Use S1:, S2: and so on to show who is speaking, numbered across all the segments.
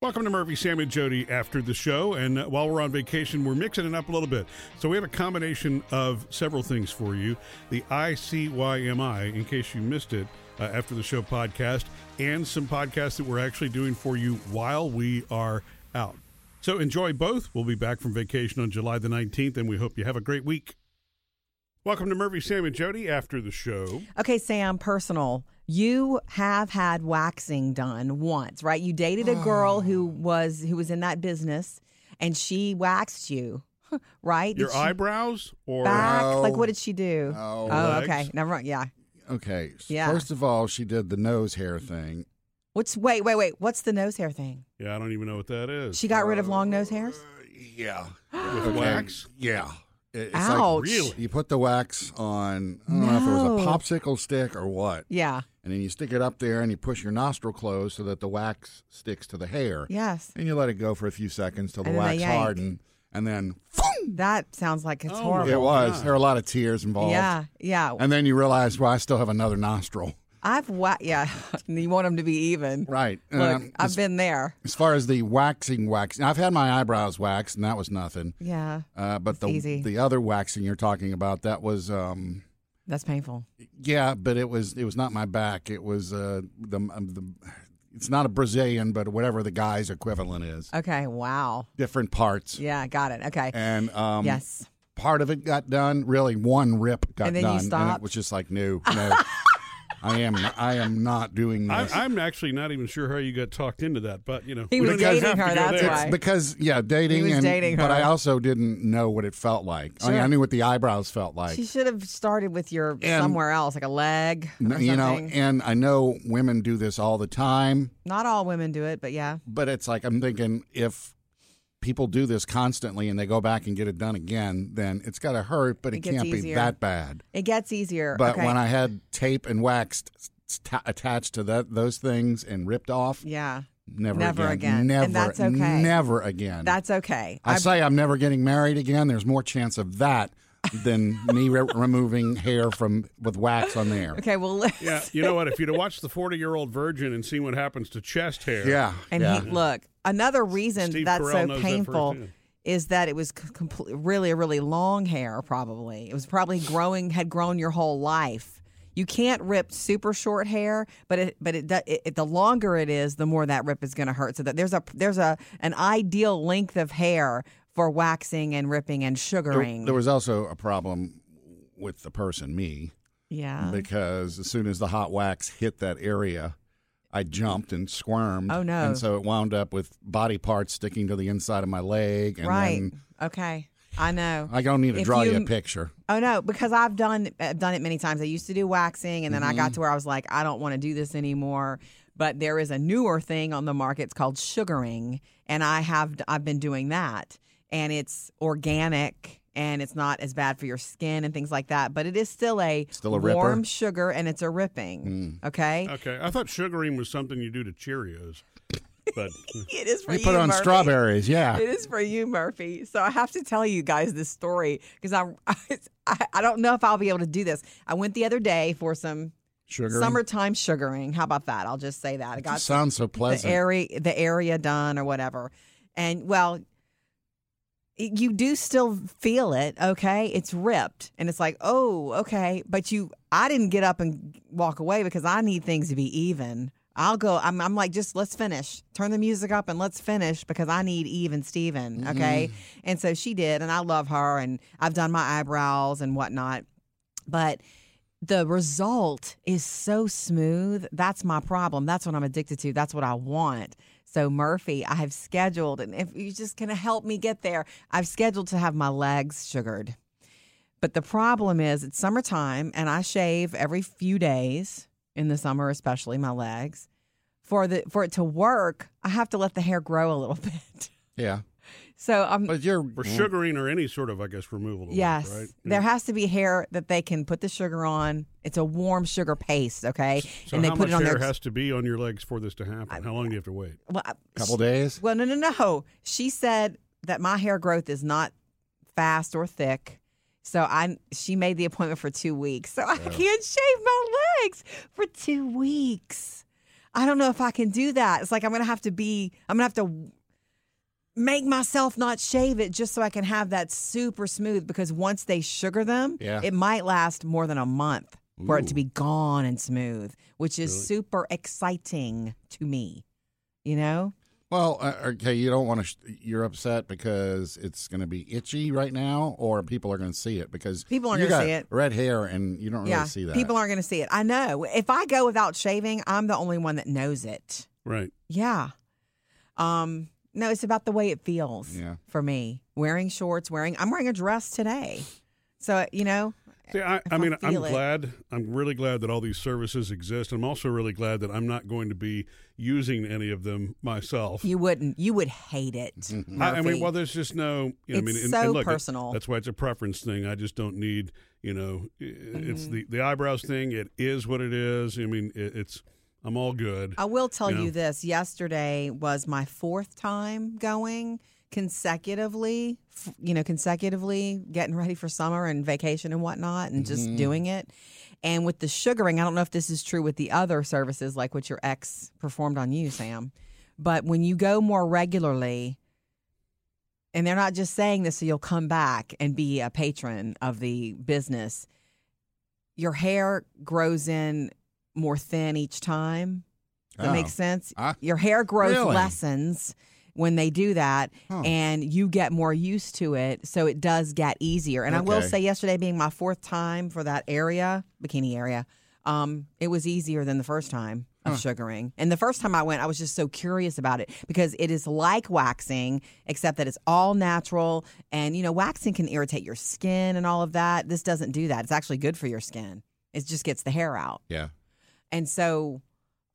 S1: Welcome to Murphy, Sam, and Jody after the show. And uh, while we're on vacation, we're mixing it up a little bit. So we have a combination of several things for you the ICYMI, in case you missed it, uh, after the show podcast, and some podcasts that we're actually doing for you while we are out. So enjoy both. We'll be back from vacation on July the 19th, and we hope you have a great week. Welcome to Murphy, Sam, and Jody after the show.
S2: Okay, Sam, personal. You have had waxing done once, right? You dated a girl
S3: Oh.
S2: who was who was in that business and she waxed you, right? Did
S1: Your
S2: she
S1: eyebrows or.
S2: back?
S3: No.
S2: Like what did she do?
S3: No.
S2: oh,
S1: Legs.
S2: okay. Never mind. Yeah.
S3: Okay. s-
S2: Yeah.
S3: First of all, she did the nose hair thing.
S2: What's wait, wait, wait. What's the nose hair thing?
S1: Yeah, I don't even know what that is.
S2: She got rid of long nose hairs?
S3: Yeah.
S1: With wax?
S3: Yeah. It- It's
S2: Ouch.
S1: really?
S3: Like you put the wax on, I don't know if it was
S2: No.
S3: a popsicle stick or what,
S2: Yeah.
S3: and then you stick it up there and you push your nostril closed so that the wax sticks to the hair.
S2: Yes.
S3: And you let it go for a few seconds till the
S2: And then they
S3: wax
S2: yank.
S3: hardened, and then
S2: That sounds like it's
S1: Oh,
S2: horrible.
S1: my
S3: it was.
S1: God.
S3: There were a lot of tears involved.
S2: Yeah. Yeah.
S3: And then you realize, well, I still have another nostril.
S2: I've wa- yeah. you want them to be even.
S3: Right. And
S2: Look,
S3: I'm-
S2: I've
S3: as,
S2: been there.
S3: as far as the waxing, waxing, I've had my eyebrows waxed, and that was nothing.
S2: Yeah.
S3: Uh, but the
S2: easy.
S3: the other waxing you're talking about that was um
S2: That's painful.
S3: yeah, but it was it was not my back. It was uh the um, the it's not a Brazilian, but whatever the guy's equivalent is,
S2: Okay. Wow.
S3: different parts.
S2: Yeah, got it. Okay.
S3: And um
S2: yes.
S3: part of it got done. Really, one rip got
S2: And then you
S3: done, and
S2: stopped?
S3: it was just like no, no. I am I am not doing this.
S1: I, I'm actually not even sure how you got talked into that, but you know,
S2: He
S1: we
S2: was
S1: don't even
S2: dating
S1: have to
S2: her,
S1: go
S2: that's
S1: there.
S2: why.
S3: It's because yeah, dating
S2: was
S3: and
S2: dating
S3: but
S2: her.
S3: I also didn't know what it felt like. I, mean,
S2: Sure.
S3: I knew what the eyebrows felt like.
S2: She should have started with your
S3: And-
S2: somewhere else, like a leg. Or
S3: No, you know,
S2: something.
S3: and I know women do this all the time,
S2: not all women do it, but yeah.
S3: but it's like I'm thinking if people do this constantly and they go back and get it done again, then it's got to hurt, but
S2: It
S3: it,
S2: gets
S3: can't be
S2: easier.
S3: that bad.
S2: It gets easier.
S3: But
S2: okay.
S3: when I had tape and wax t- attached to that those things and ripped off,
S2: yeah,
S3: never,
S2: Never again.
S3: again,
S2: And
S3: never,
S2: that's okay.
S3: never again.
S2: that's okay.
S3: I say I'm never getting married again. There's more chance of that than me re- removing hair from with wax on there.
S2: okay, well, let's-
S1: Yeah, you know what? If you'd have watched the 40 year old virgin and seen what happens to chest hair,
S3: Yeah,
S2: and
S3: yeah.
S2: he, look, another reason
S1: Steve
S2: that's
S1: Carell knows that
S2: so painful
S1: firsthand.
S2: is that it was c- complete, really, really long hair. Probably it was probably growing, had grown your whole life. You can't rip super short hair, but it, but it, do- it, it the longer it is, the more that rip is going to hurt. So that there's a there's a an ideal length of hair for waxing and ripping and sugaring.
S3: There was also a problem with the person, me,
S2: yeah.
S3: because as soon as the hot wax hit that area, I jumped and squirmed.
S2: Oh, no.
S3: And so it wound up with body parts sticking to the inside of my leg. And
S2: right.
S3: Then
S2: okay. I know.
S3: I don't need to
S2: If
S3: draw you,
S2: you-
S3: a picture.
S2: Oh no, because I've done I've done it many times. I used to do waxing, and then I
S3: Mm-hmm.
S2: got to where I was like, I don't want to do this anymore. But there is a newer thing on the market. It's called sugaring, and I have I've been doing that, and it's organic, and it's not as bad for your skin and things like that. But it is still a
S3: Still a ripper? Mm.
S2: warm sugar, and it's a ripping. Okay,
S1: Okay, I thought sugaring was something you do to Cheerios, but
S2: it is for
S3: They
S2: you,
S3: put on
S2: Murphy.
S3: strawberries. Yeah.
S2: It is for you, Murphy. So I have to tell you guys this story because I'm I, I don't know if I'll be able to do this. I went the other day for some
S3: Sugar.
S2: summertime sugaring. How about that? I'll just say that. I got
S3: sounds so
S2: the
S3: pleasant.
S2: area the area done or whatever. And well, it- you do still feel it, okay? It's ripped and it's like, "Oh, okay." But you I didn't get up and walk away because I need things to be even. I'll go. I'm, I'm like, just let's finish. Turn the music up and let's finish because I need even Steven. Okay. And so she did. And I love her. And I've done my eyebrows and whatnot but the result is so smooth. That's my problem. That's what I'm addicted to. That's what I want. So Murphy, I have scheduled, and if you just gonna help me get there, I've scheduled to have my legs sugared. But the problem is it's summertime, and I shave every few days in the summer, especially my legs. For the for it to work, I have to let the hair grow a little bit.
S3: yeah.
S2: So I'm
S3: But you're.
S1: for sugaring or any sort of, I guess, removal. Of
S2: Yes.
S1: Work, Oh, right?
S2: There has to be hair that they can put the sugar on. It's a warm sugar paste, okay?
S1: So
S2: and they
S1: how much
S2: put it on
S1: hair
S2: their
S1: has to be on your legs for this to happen? how long do you have to wait?
S2: well, I-
S3: Couple days.
S2: well, no, no, no. She said that my hair growth is not fast or thick. So I she made the appointment for 2 weeks. So I can't shave my legs for 2 weeks. I don't know if I can do that. It's like I'm going to have to be, I'm going to have to make myself not shave it just so I can have that super smooth because once they sugar them,
S3: Yeah.
S2: it might last more than a month for it to be gone and smooth, which is
S1: Really?
S2: super exciting to me. You know?
S3: Well, uh, okay, you don't want to. Sh- you're upset because it's going to be itchy right now, or people are going to see it because
S2: People aren't
S3: you
S2: gonna
S3: got
S2: see it.
S3: Red hair, and you don't
S2: yeah.
S3: really see that.
S2: People aren't going to see it. I know. If I go without shaving, I'm the only one that knows it.
S1: Right.
S2: Yeah. Um, no, it's about the way it feels
S3: Yeah.
S2: for me. Wearing shorts, wearing I'm wearing a dress today. So you know,
S1: See, I,
S2: If
S1: I
S2: I
S1: mean, I'm
S2: feel it.
S1: glad. I'm really glad that all these services exist. I'm also really glad that I'm not going to be using any of them myself.
S2: you wouldn't you would hate it.
S1: I, I mean,
S2: Murphy.
S1: well, there's just no. You know, I
S2: It's
S1: mean, and,
S2: so
S1: and look, it-
S2: personal.
S1: that's why it's a preference thing. I just don't need. You know, i- it's
S2: Mm-hmm.
S1: the the eyebrows thing. It is what it is. I mean, it, it's. I'm all good.
S2: I will tell
S1: Yeah.
S2: you this. Yesterday was my fourth time going consecutively, f- you know, consecutively getting ready for summer and vacation and whatnot and just doing it. And with the sugaring, I don't know if this is true with the other services like what your ex performed on you, Sam, but when you go more regularly, and they're not just saying this so you'll come back and be a patron of the business, your hair grows in more thin each time. Does that
S3: Oh.
S2: makes sense?
S3: Ah.
S2: Your hair growth
S3: Really?
S2: lessens when they do that,
S3: Huh.
S2: and you get more used to it. So it does get easier. And I will
S3: Okay.
S2: say, yesterday being my fourth time for that area, bikini area, um, it was easier than the first time of sugaring. And the first time I went, I was just so curious about it because it is like waxing, except that it's all natural. And, you know, waxing can irritate your skin and all of that. This doesn't do that. It's actually good for your skin, it just gets the hair out.
S3: yeah.
S2: And so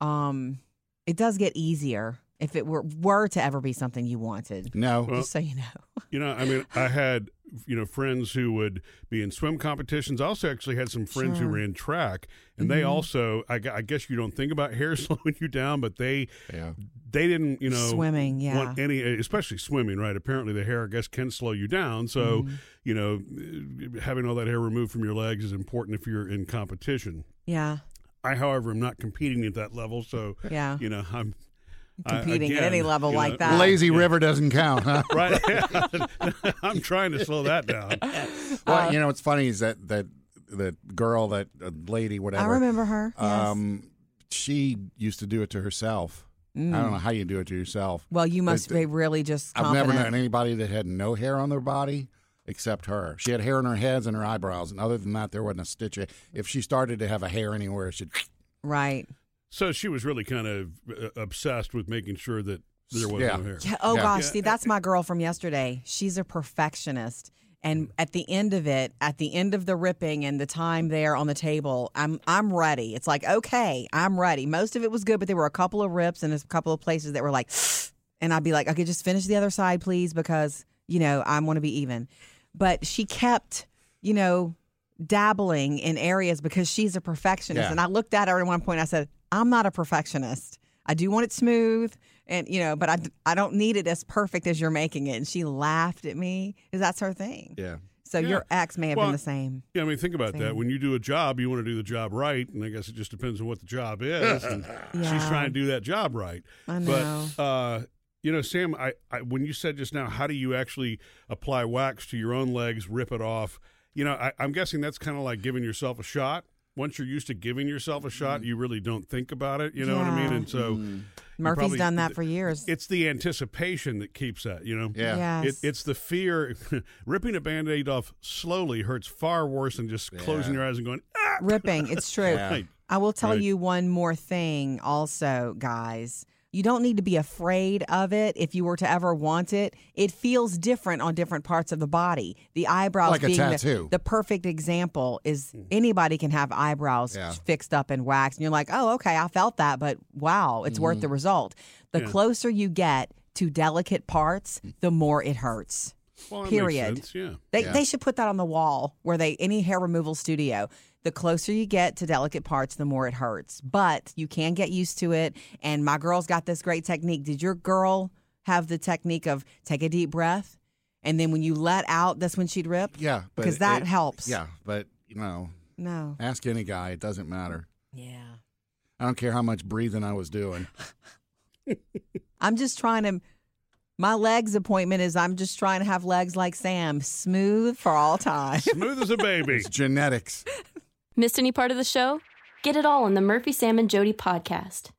S2: um it does get easier if it were were to ever be something you wanted.
S3: Oh. No.
S1: Well,
S2: Just so you know.
S1: You know, I mean, I had you know friends who would be in swim competitions. I also actually had some friends who
S2: Sure. Mm-hmm.
S1: ran track, and they also, I, gu- I guess you don't think about hair slowing you down, but they
S3: yeah.
S1: they didn't, you know,
S2: Swimming, yeah.
S1: want any, especially swimming, right? Apparently, the hair, I guess, can slow you down. So,
S2: Mm-hmm.
S1: you know, eh, having all that hair removed from your legs is important if you're in competition.
S2: yeah.
S1: I, however, am not competing at that level, so
S2: Yeah.
S1: you know, I'm I-
S2: Competing at
S1: again,
S2: any level
S1: you
S2: like
S1: know,
S2: that.
S3: Lazy river doesn't count, huh?
S1: Right, I'm trying to slow that down.
S2: Uh,
S3: well, you know what's funny is that that that girl, that uh, lady, whatever.
S2: I remember her. Yes.
S3: Um, she used to do it to herself. I don't know how you do it to yourself.
S2: Mm. well, you must be really just confident.
S3: I've never known anybody that had no hair on their body except her. She had hair on her heads and her eyebrows, and other than that, there wasn't a stitch. of- If she started to have a hair anywhere, she'd
S2: Right.
S1: So she was really kind of uh, obsessed with making sure that there was
S3: Yeah.
S1: no hair.
S2: Yeah, oh
S3: Yeah.
S2: gosh,
S1: Yeah.
S2: see, that's my girl from yesterday. She's a perfectionist. And at the end of it, at the end of the ripping and the time there on the table, I'm I'm ready. It's like, okay, I'm ready. Most of it was good, but there were a couple of rips and a couple of places that were like and I'd be like, okay, just finish the other side, please, because, you know, I want to be even. But she kept, you know, dabbling in areas because she's a perfectionist.
S3: Yeah.
S2: And I looked at her at one point. I said, I'm not a perfectionist. I do want it smooth, and you know, but I, I don't need it as perfect as you're making it. And she laughed at me because that's her thing.
S3: yeah.
S2: So your ex may have
S1: Well,
S2: been the same.
S1: Yeah, I mean, think about that. When you do a job, you want to do the job right, and I guess it just depends on what the job is. And She's
S2: Yeah.
S1: trying to do that job right.
S2: I know.
S1: But uh, you know, Sam, I, I when you said just now, how do you actually apply wax to your own legs, rip it off? You know, I, I'm guessing that's kind of like giving yourself a shot. Once you're used to giving yourself a shot, you really don't think about it. You know what I mean?
S2: Mm. Yeah.
S1: And so
S3: Mm-hmm.
S1: you
S2: Murphy's
S1: probably-
S2: done that for years.
S1: It's the anticipation that keeps that. You know.
S3: Yeah.
S2: Yes.
S1: It, it's the fear. Ripping a band aid off slowly hurts far worse than just closing
S3: Yeah.
S1: your eyes and going, ah!
S2: ripping. It's true.
S3: Yeah.
S2: I will tell
S1: Right.
S2: you one more thing, also, guys. You don't need to be afraid of it if you were to ever want it. It feels different on different parts of the body. The eyebrows
S3: Like a
S2: being the-
S3: tattoo. Hmm.
S2: The, perfect example is anybody can have eyebrows
S3: Yeah.
S2: fixed up and waxed, and you're like, oh, okay, I felt that, but wow, it's
S3: Mm-hmm.
S2: worth the result. The closer you get to delicate parts, the more it hurts.
S1: Well, that makes
S2: Period.
S1: sense, Yeah.
S2: They, they should put that on the wall where they any hair removal studio. The closer you get to delicate parts, the more it hurts. But you can get used to it. And my girl's got this great technique. Did your girl have the technique of take a deep breath and then when you let out, that's when she'd rip?
S3: Yeah. but
S2: Because that
S3: it-
S2: helps.
S3: Yeah. But, you know,
S2: No.
S3: ask any guy, it doesn't matter.
S2: Yeah.
S3: I don't care how much breathing I was doing.
S2: I'm just trying to. My legs appointment is I'm just trying to have legs like Sam, smooth for all time.
S1: Smooth as a baby.
S3: It's genetics.
S4: Missed any part of the show? Get it all on the Murphy, Sam, and Jody podcast.